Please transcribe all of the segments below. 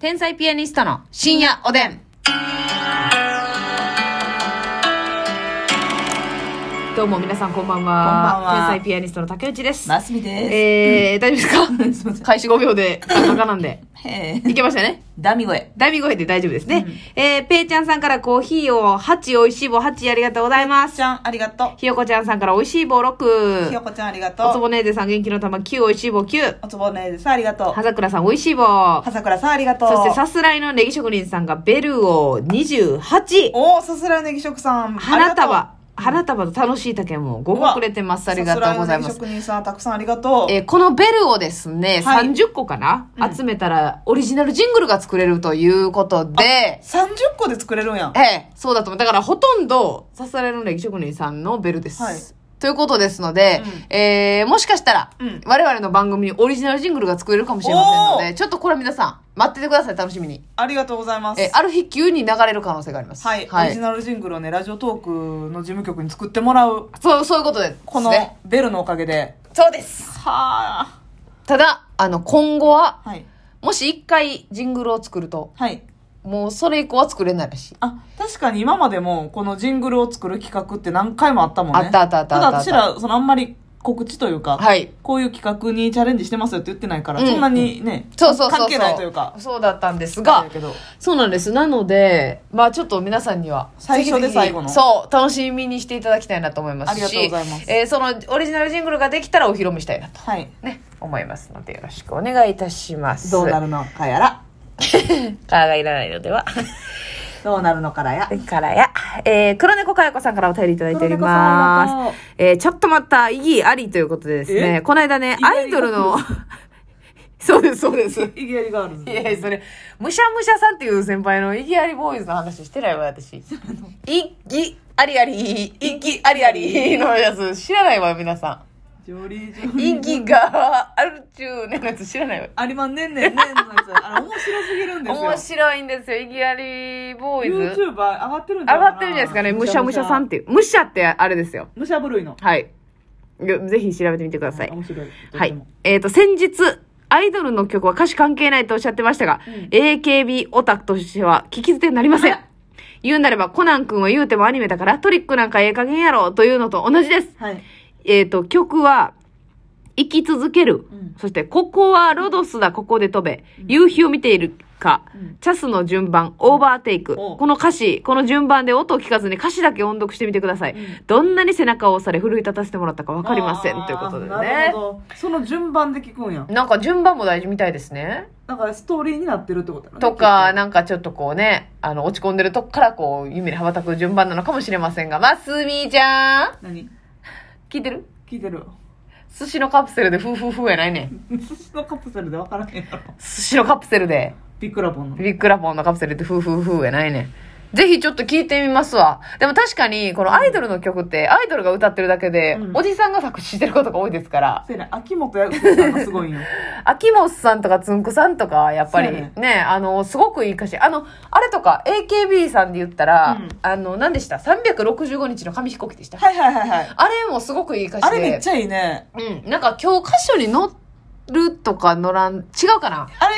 天才ピアニストの深夜おでん。どうも皆さんこんばんは。こんばんは天才ピアニストの竹内です。マスミでえー、大丈夫 ですすいませか開始5秒で、バカなんで。す。へいえ。けましたね。ダミ声。大声で大丈夫ですね。えー、ペイちゃんさんからコーヒーを8、美味しい棒8ありがとうございますち。ゃん、ありがとひよこちゃんさんから美味しい棒う。ひよ6。こちゃん、ありがとおつう。ぼねーぜさん元気の玉9、美味しい棒9。おつぼねえです。ありがとう。はざくらさん美味しい棒。はさくらさん、ありがとう。そしてさすらいのネギ職人さんがベルを28。おー、さすらいのぎしょくさん。花束。花束と楽しい竹も5個くれてます。ありがとうございまさすす。らいのぎしょく人さん、たくさんありがとう。えーこのベルをですね、はい30個かな、うん集めたらオリジナルジングルが作れるということで、 30個で作れるんやん。ええ、そうだと思う。だからほとんど、さすらいの歴職人さんのベルです。はいということですので、えーもしかしたら、うん我々の番組にオリジナルジングルが作れるかもしれませんのおで、ちょっとこれは皆さん、待っててください、楽しみに。ありがとうございます。えーある日急に流れる可能性があります。はい。オリジナルジングルをね、ラジオトークの事務局に作ってもらう。そう、そういうことで。このですねベルのおかげで。そうです。はあ。ただ、あの、今後は、はい。もし一回ジングルを作ると、はい。もうそれ以降は作れないらしい。あ、確かに今までもこのジングルを作る企画って何回もあったもんね。あったあったあったあっただ私ら、そのあんまり告知というか、はい。こういう企画にチャレンジしてますよって言ってないから、うんそんなにね、そうそうそうそう。関係ないというか。そうだったんですあがれや、けどそうなんです。なので、まあちょっと皆さんには、最初ぜでひぜひ最後のそう、楽しみにしていただきたいなと思いますし、ありがとうございますえーそのオリジナルジングルができたらお披露目したいなと、はい。ね、思いますので、よろしくお願いいたします。どうなるのかやら。からがいらないのでは。どうなるのからや。からや。えー、黒猫かやこさんからお便りいただいており黒ま猫さんありがとうす。えー、ちょっと待った、意義ありということでですね、えこの間ねい、きなアりイドルの、 そうです、そうです。い意義ありがあるんやいや、それ、むしゃむしゃさんっていう先輩の意義ありボーイズの話してないわ、私。意義ありあり、意義ありありのやつ知らないわ、皆さジョリージョん。リ意ー。義があるっちゅうねのやつ知らないわ。ありまんねんねんねんのやつ。あれ面白すぎるんですよ。面白いんですよ、意義ありボーイズ。 YouTuber 上がってるん上がってるんじゃないですかね。むしゃむしゃさんっ。ていう。むしゃってあれですよ。むしゃぶるいの。はい。よぜひ調べてみてください。面白はい。とっていも。。えっ、と、先日、アイドルの曲は歌詞関係ないとおっしゃってましたが、AKB オタクとしては聞き捨てになりませんあ。 言うなれば、コナン君は言うてもアニメだから、トリックなんかええ加減やろというのと同じです。はい。えっ、と、曲は、生き続ける。うんそして、ここはロドスだ、ここで飛べ。夕日を見ているか。うんチャスの順番、オーバーテイク。おうこの歌詞、この順番で音を聞かずに歌詞だけ音読してみてください。うんどんなに背中を押され奮い立たせてもらったかわかりません。ということでね。あーなるほど。その順番で聞くんや。なんか順番も大事みたいですね。だからストーリーになってるってことやろねとか、、なんかちょっとこうね、あの、落ち込んでるとこからこう、夢に羽ばたく順番なのかもしれませんが、ますみちゃんきっと何聞いてる聞いてる寿司のカプセルでふうふうふうやないねん。寿司のカプセルで分からへんやろ。寿司のカプセルで、ビックラボンの。ビッグラポンのカプセルでふうふうふうやないねん。ぜひちょっと聞いてみますわ。でも確かに、このアイドルの曲って、アイドルが歌ってるだけで、うんおじさんが作詞してることが多いですから、せやね、秋元康さんがすごいん よ。秋元さんとかつんくさんとか、やっぱりそうやねねあの、すごくいい歌詞。あの、あれとか、AKB さんで言ったら、うんあの、何でした ?365 日の紙飛行機でした。はいはいはいはい。あれもすごくいい歌詞で。あれめっちゃいいね。うん。なんか今日歌詞に乗るとか乗らん、違うかなあれ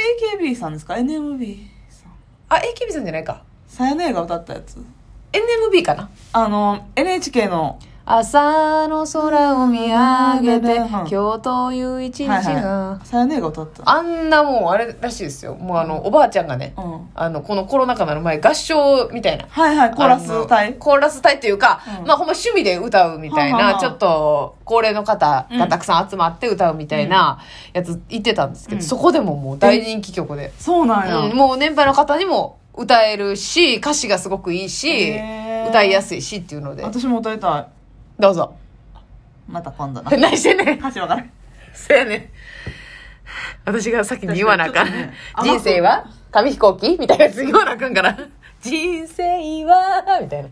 AKB さんですか ?NMB さん。あ、AKB さんじゃないか。さやねえが歌ったやつ。 NMB かなあの、NHK の、朝の空を見上げて、うん今日という一日が、はいはい。さやねえが歌った。あんなもんあれらしいですよ。もうあの、おばあちゃんがね、うん。あの、このコロナ禍の前、合唱みたいな。はいはい、コーラスあの隊。コーラス隊というか、うんまあほんま趣味で歌うみたいな、はあはあはあちょっと高齢の方がたくさん集まって歌うみたいなやつ言ってたんですけど、うんそこでももう大人気曲で、そうなんや。うんもう年配の方にも歌えるし歌詞がすごくいいしへー歌いやすいしっていうので私も歌いたどうぞい。また今 度な。何してんねん歌詞分からん。そやねん私が先に言わなあかん、確かにちょっとね人生は紙飛行機みたいなやつ言わなあかんから人生はみたいな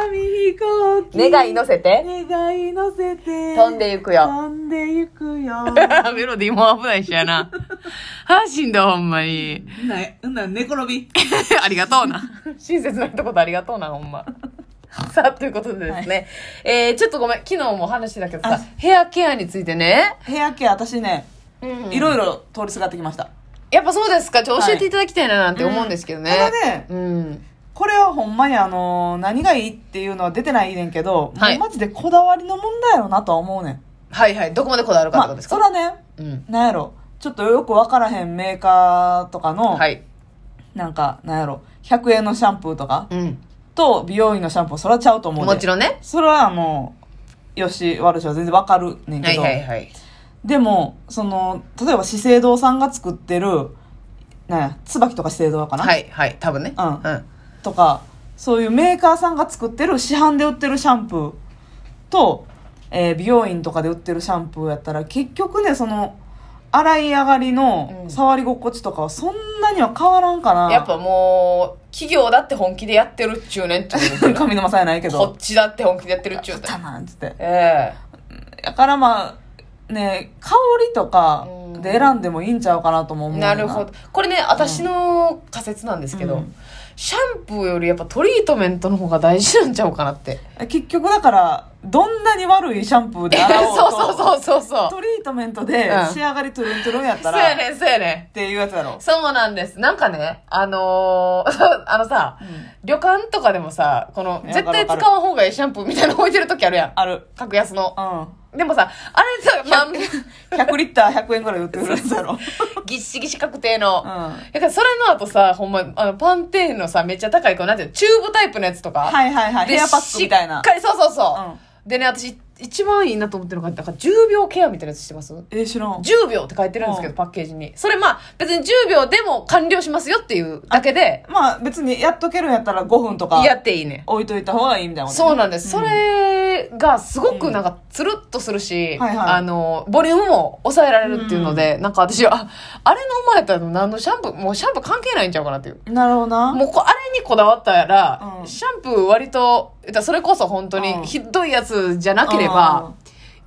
紙飛行機願い乗せて願い乗せて飛んでゆくよ飛んでゆく よメロディーも危ないしやな。あー、しんだ、ほんまに。 ないうんなん寝転びありがとうな。親切な一言ありがとうな、ほんま。さあ、ということでですね。えー、ちょっとごめん、昨日も話してたけどさあ、ヘアケアについてね。ヘアケア私ねうんいろいろ通りすがってきましたやっぱそうですか。ちょっと教えていただきたいななんて思うんですけどね。ただねうん。これはほんまにあのー何がいいっていうのは出てないねんけど、はいもうマジでこだわりの問題やろなとは思うねん。はいはい。どこまでこだわるかってこまとあ、ですそか、らね、うん。なんやろ、ちょっとよくわからへんメーカーとかの、はい。なんか、なんやろ、100円のシャンプーとかうん。と美容院のシャンプー、そらちゃうと思うでもちろんね。それはもう、よし、悪しは全然わかるねんはけいど、はいはい。でも、その、例えば資生堂さんが作ってる、なんや、椿とか資生堂かな、はいはい。多分ね。うんうん。とか、そういうメーカーさんが作ってる、市販で売ってるシャンプーと、えー美容院とかで売ってるシャンプーやったら、結局ね、その、洗い上がりのうん触り心地とかはそんなには変わらんかな。やっ ぱもう、企業だって本気でやってるっちゅうねんってことですよ上沼さんやないけこどっ。ちだって本気でやってるっちゅうねんたなんつって。えだからまあ、ね、香りとかで選んでもいいんちゃうかなともえ思う。なるほど。。これね、私の仮説なんですけど、うんシャンプーよりやっぱトリートメントの方が大事なんちゃうかな って。結局だから、どんなに悪いシャンプーで 洗おうそと。うそうそうそうそう。トリートメントでうん仕上がりトゥルントゥルンやっそたうら、やっねん、そうやねん。ていうやつやろ。そうなんです。なんかね、あのー あのさ、旅館とかでもさ、この、いや絶対わか使るわん方がいいシャンプーみたいなの置いてる時あるやん。ある。格安のう。ん。でもさ、あれさ、ま ん、 100リッター100円ぐらい売ってるやつやろ。ぎっしぎし確定の。うんだからそれの後さ、ほんま、あの、パンテーンのさ、めっちゃ高い、こう、なんていうの、チューブタイプのやつとか。はいはいはい。でヘアパックみたいなしっ。かり、そうそうそう。うでね、私、一番いいなと思ってるのが、なんか10秒ケアみたいなやつしてますえー、知らん。 10秒って書いてるんですけど、うんパッケージに。それまあ、別に10秒でも完了しますよっていうだけで、まあ別にやっとけるんやったら5分とかやっていいね。置いといた方がいいみたいなことねそうなんです。それがすごくなんかつるっとするし、はいはいあの、ボリュームも抑えられるっていうので、なんか私は、ああれの生まれたの何のシャンプー、もうシャンプー関係ないんちゃうかなっていう。なるほどな。もうこあれにこだわったら、うんシャンプー割と、だからそれこそ本当うんにひどいやつじゃなければ、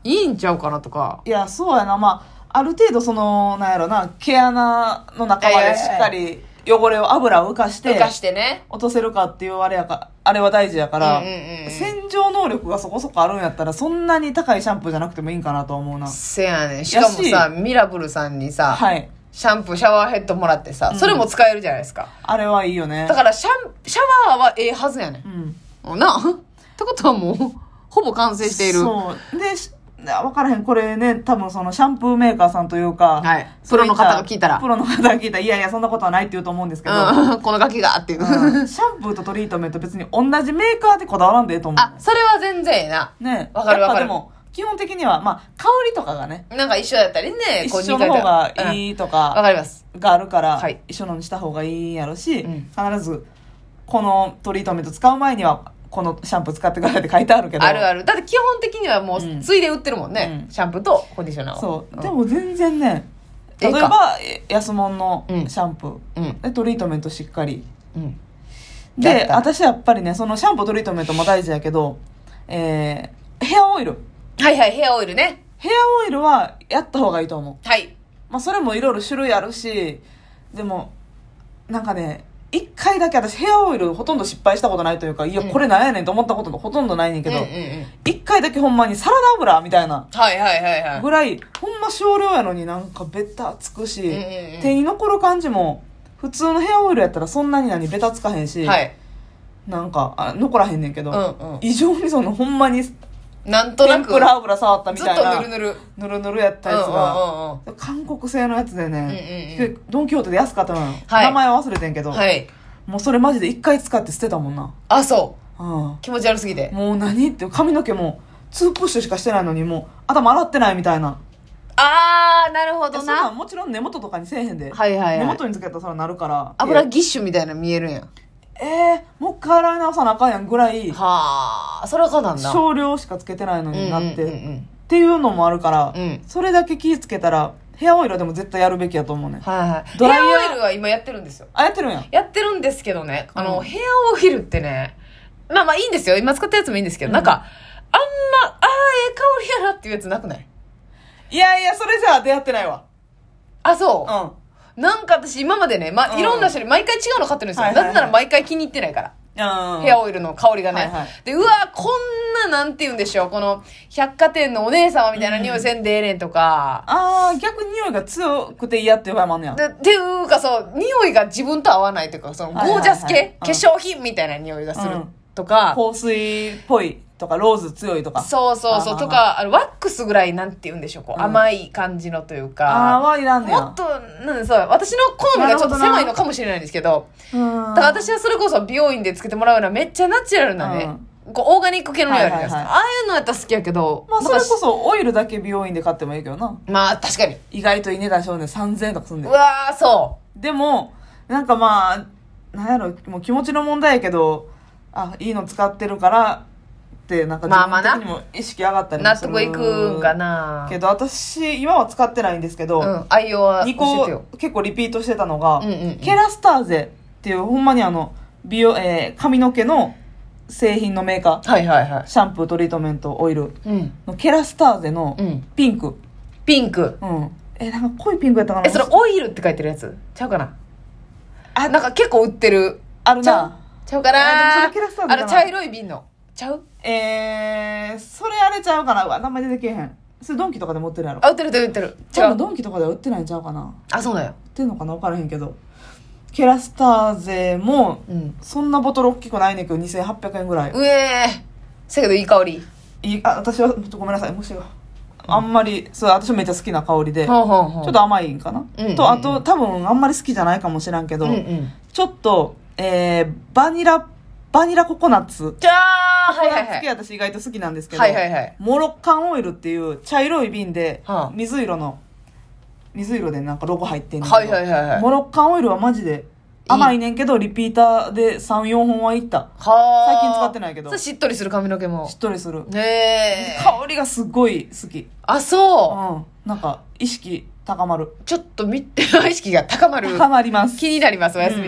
いいんちゃうかなとか。いや、そうやな。まあ、ある程度その、なんやろな、毛穴の中までしっかり汚れを、油を浮かして浮、かしてね。落とせるかっていうあれやか、あれは大事やから、うんうんうんうん洗浄能力がそこそこあるんやったら、そんなに高いシャンプーじゃなくてもいいんかなとは思うな。せやねん。しかもさ、やミラブルさんにさ、はい。シャンプー、シャワーヘッドもらってさ、それも使えるじゃないですか。あれはいいよねだ。からシャン、シャワーはええはずやねんう。ん。なってことはもう、ほぼ完成している。そう。で、しわからへん。これね、多分そのシャンプーメーカーさんというか、はいプロの方が聞いたらプロの方が聞いたら、いやいや、そんなことはないって言うと思うんですけど、うん、 このガキがっていう。うんシャンプーとトリートメント別に同じメーカーでこだわらんでええと思う。あ、それは全然ええな。ねわかるわかるやっぱでも、基本的には、まあ、香りとかがね、なんか一緒だったりね、一緒の方がい。いいとうんわか、かります。があるから、はい一緒のにした方がいいやろし、うん必ず、このトリートメント使う前には、このシャンプー使ってくださいって書いてあるけど。あるある。だって基本的にはもうう、んついで売ってるもんね。うんシャンプーとコンディショナーを。そう。んで、も全然ね、え例ええかば、え安物のシうんャンプー、うん。で、トリートメントしっかり。うん。だっで、たら私やっぱりね、そのシャンプートリートメントも大事やけど、えー、ヘアオイル。はいはい、ヘアオイルね。ヘアオイルはやった方がいいと思う。はい。まあ、それもいろいろ種類あるし、でも、なんかね、一回だけ私ヘアオイルほとんど失敗したことないというか、いや、うんこれなんやねんと思ったこともほとんどないねんけどうんうん、うん一、回だけほんまにサラダ油みたいなはいはいはいはい。ぐらい、ほんま少量やのになんかベタつくし、うんうんうん手に残る感じも、普通のヘアオイルやったらそんなに何ベタつかへんし、はい。なんかあ残らへんねんけうど、んうん。異常にそのほんまになんとな天く、ぷら油触ったみずたっいとなぬるぬる。ぬるぬるやったやつが、うんうんうんうん韓国製のやつでね、うんうんうん結構ドン・キホーテで安かったのよ、はい名前忘れてんけど、はい。もうそれマジで一回使って捨てたもんな、あ、そう。うん気持ち悪すぎて。もう何って髪の毛も2プッシュしかしてないのにもう頭洗ってないみたいなあー、なるほいやどそんなんな。もちろん根元とかにせえへんで、はいはいは根い。元につけたらそれなるから油いギッシュみたいなの見えるんや。やえー、もう一回洗い直さなあかんやんぐらいはあ、それはかなんだ。少量しかつけてないのうんうにんなうって、っんていうのもあるから、うんそれだけ気ぃつけたらヘアオイルはでも絶対やるべきやと思うねはいはい。ドヘライアヤーオイルは今やってるんですよ。あやってるんやんやってるんですけどね、あの、うんヘアオイルってね、まあまあいいんですよ。今使ったやつもいいんですけど、うんなんか、あんま、ああ、ええ香りやなっていうやつなくないいやいやそれじゃあ出会ってないわあ、そう。うんなんか私今までね、まうあ、んいろんな人に毎回違うの買ってるんですよ。はいはないはいぜなら毎回気に入ってないから。うんヘアオイルの香りがね。はいはいで、うわ、こんな、なんて言うんでしょう、この、百貨店のお姉様みたいな匂いせんでええねんとか、ああ逆に匂いが強くて嫌っていう場合もあんねやでっていうかそう匂いが自分と合わないというかそのはいはゴいはいージャス系、うん化粧品みたいな匂いがするうんとか、香水っぽいとかローズ強いとかそうそうあそーうとかあのワックスぐらいなんて言うんでしょうこう、うん甘い感じのというああかはいらんねもやっとなんそう私の好みがちょっとなるほどな狭いのかもしれないんですけどうんだから私はそれこそ美容院でつけてもらうようなめっちゃナチュラルなね、こうオーガニック系の匂いあるじゃないですか、はいはああいうのやったら好きやけどまあそれこそそオイルだけ美容院で買ってもいいけどなまあ確かに意外といい値段しょうね3000円とかすんうでわーそでもなんかまあなんやろもう気持ちの問題やけどあいいの使ってるからってなんかまあまあ自な分的にも意識上がったうりも納する得いくんかなけど私今は使ってないんですけど、うん愛用は教え2て個よ結構リピートしてたのが、うんうんうんケラスターゼっていうほんまにあの美容、えー髪の毛の製品のメーカはいはいはーシャンプートリートメントオイルいうんのケラスターゼのうんピンク、ピンクうんえなんか濃いピンクやったかなえそれオイルって書いてるやつちゃうかなああなんか結構売ってるあるちゃうなちゃうかあなでもそれキラスターあだなの茶色い瓶のちゃうえー、それあれちゃうかなうわ名前出てけえへんそれドンキとかで持ってるやろあ売ってる売ってる売って多る違分うドンキとかでは売ってないんちゃうかなあそうだよ売ってんのかな分からへんけどケラスターゼもうんそんなボトル大きくないねんけど2800円ぐらいうえーせやけどいい香りいいあ私はちょっとごめんなさいもしがあんまりそう私めっちゃ好きな香りでちほょうほうほうっと甘いんかな、うんうんうんとあと多分あんまり好きじゃないかもしらんけど、うんうんちょっと、えー、バニラバニラココナッツじゃあはいはいココナッツは系い私意外と好きなんですけど、はいはいはいモロッカンオイルっていう茶色い瓶で、はあ水色の水色でなんかロゴ入ってんねんけどはいはいはいはいモロッカンオイルはマジで甘いねんけどリピーターで34本はいったはあ最近使ってないけどそうしっとりする髪の毛もしっとりする、ねえ香りがすごい好きあそううんなんか意識高まるちょっとみ 意識が高まる高まります気になりますおやすみ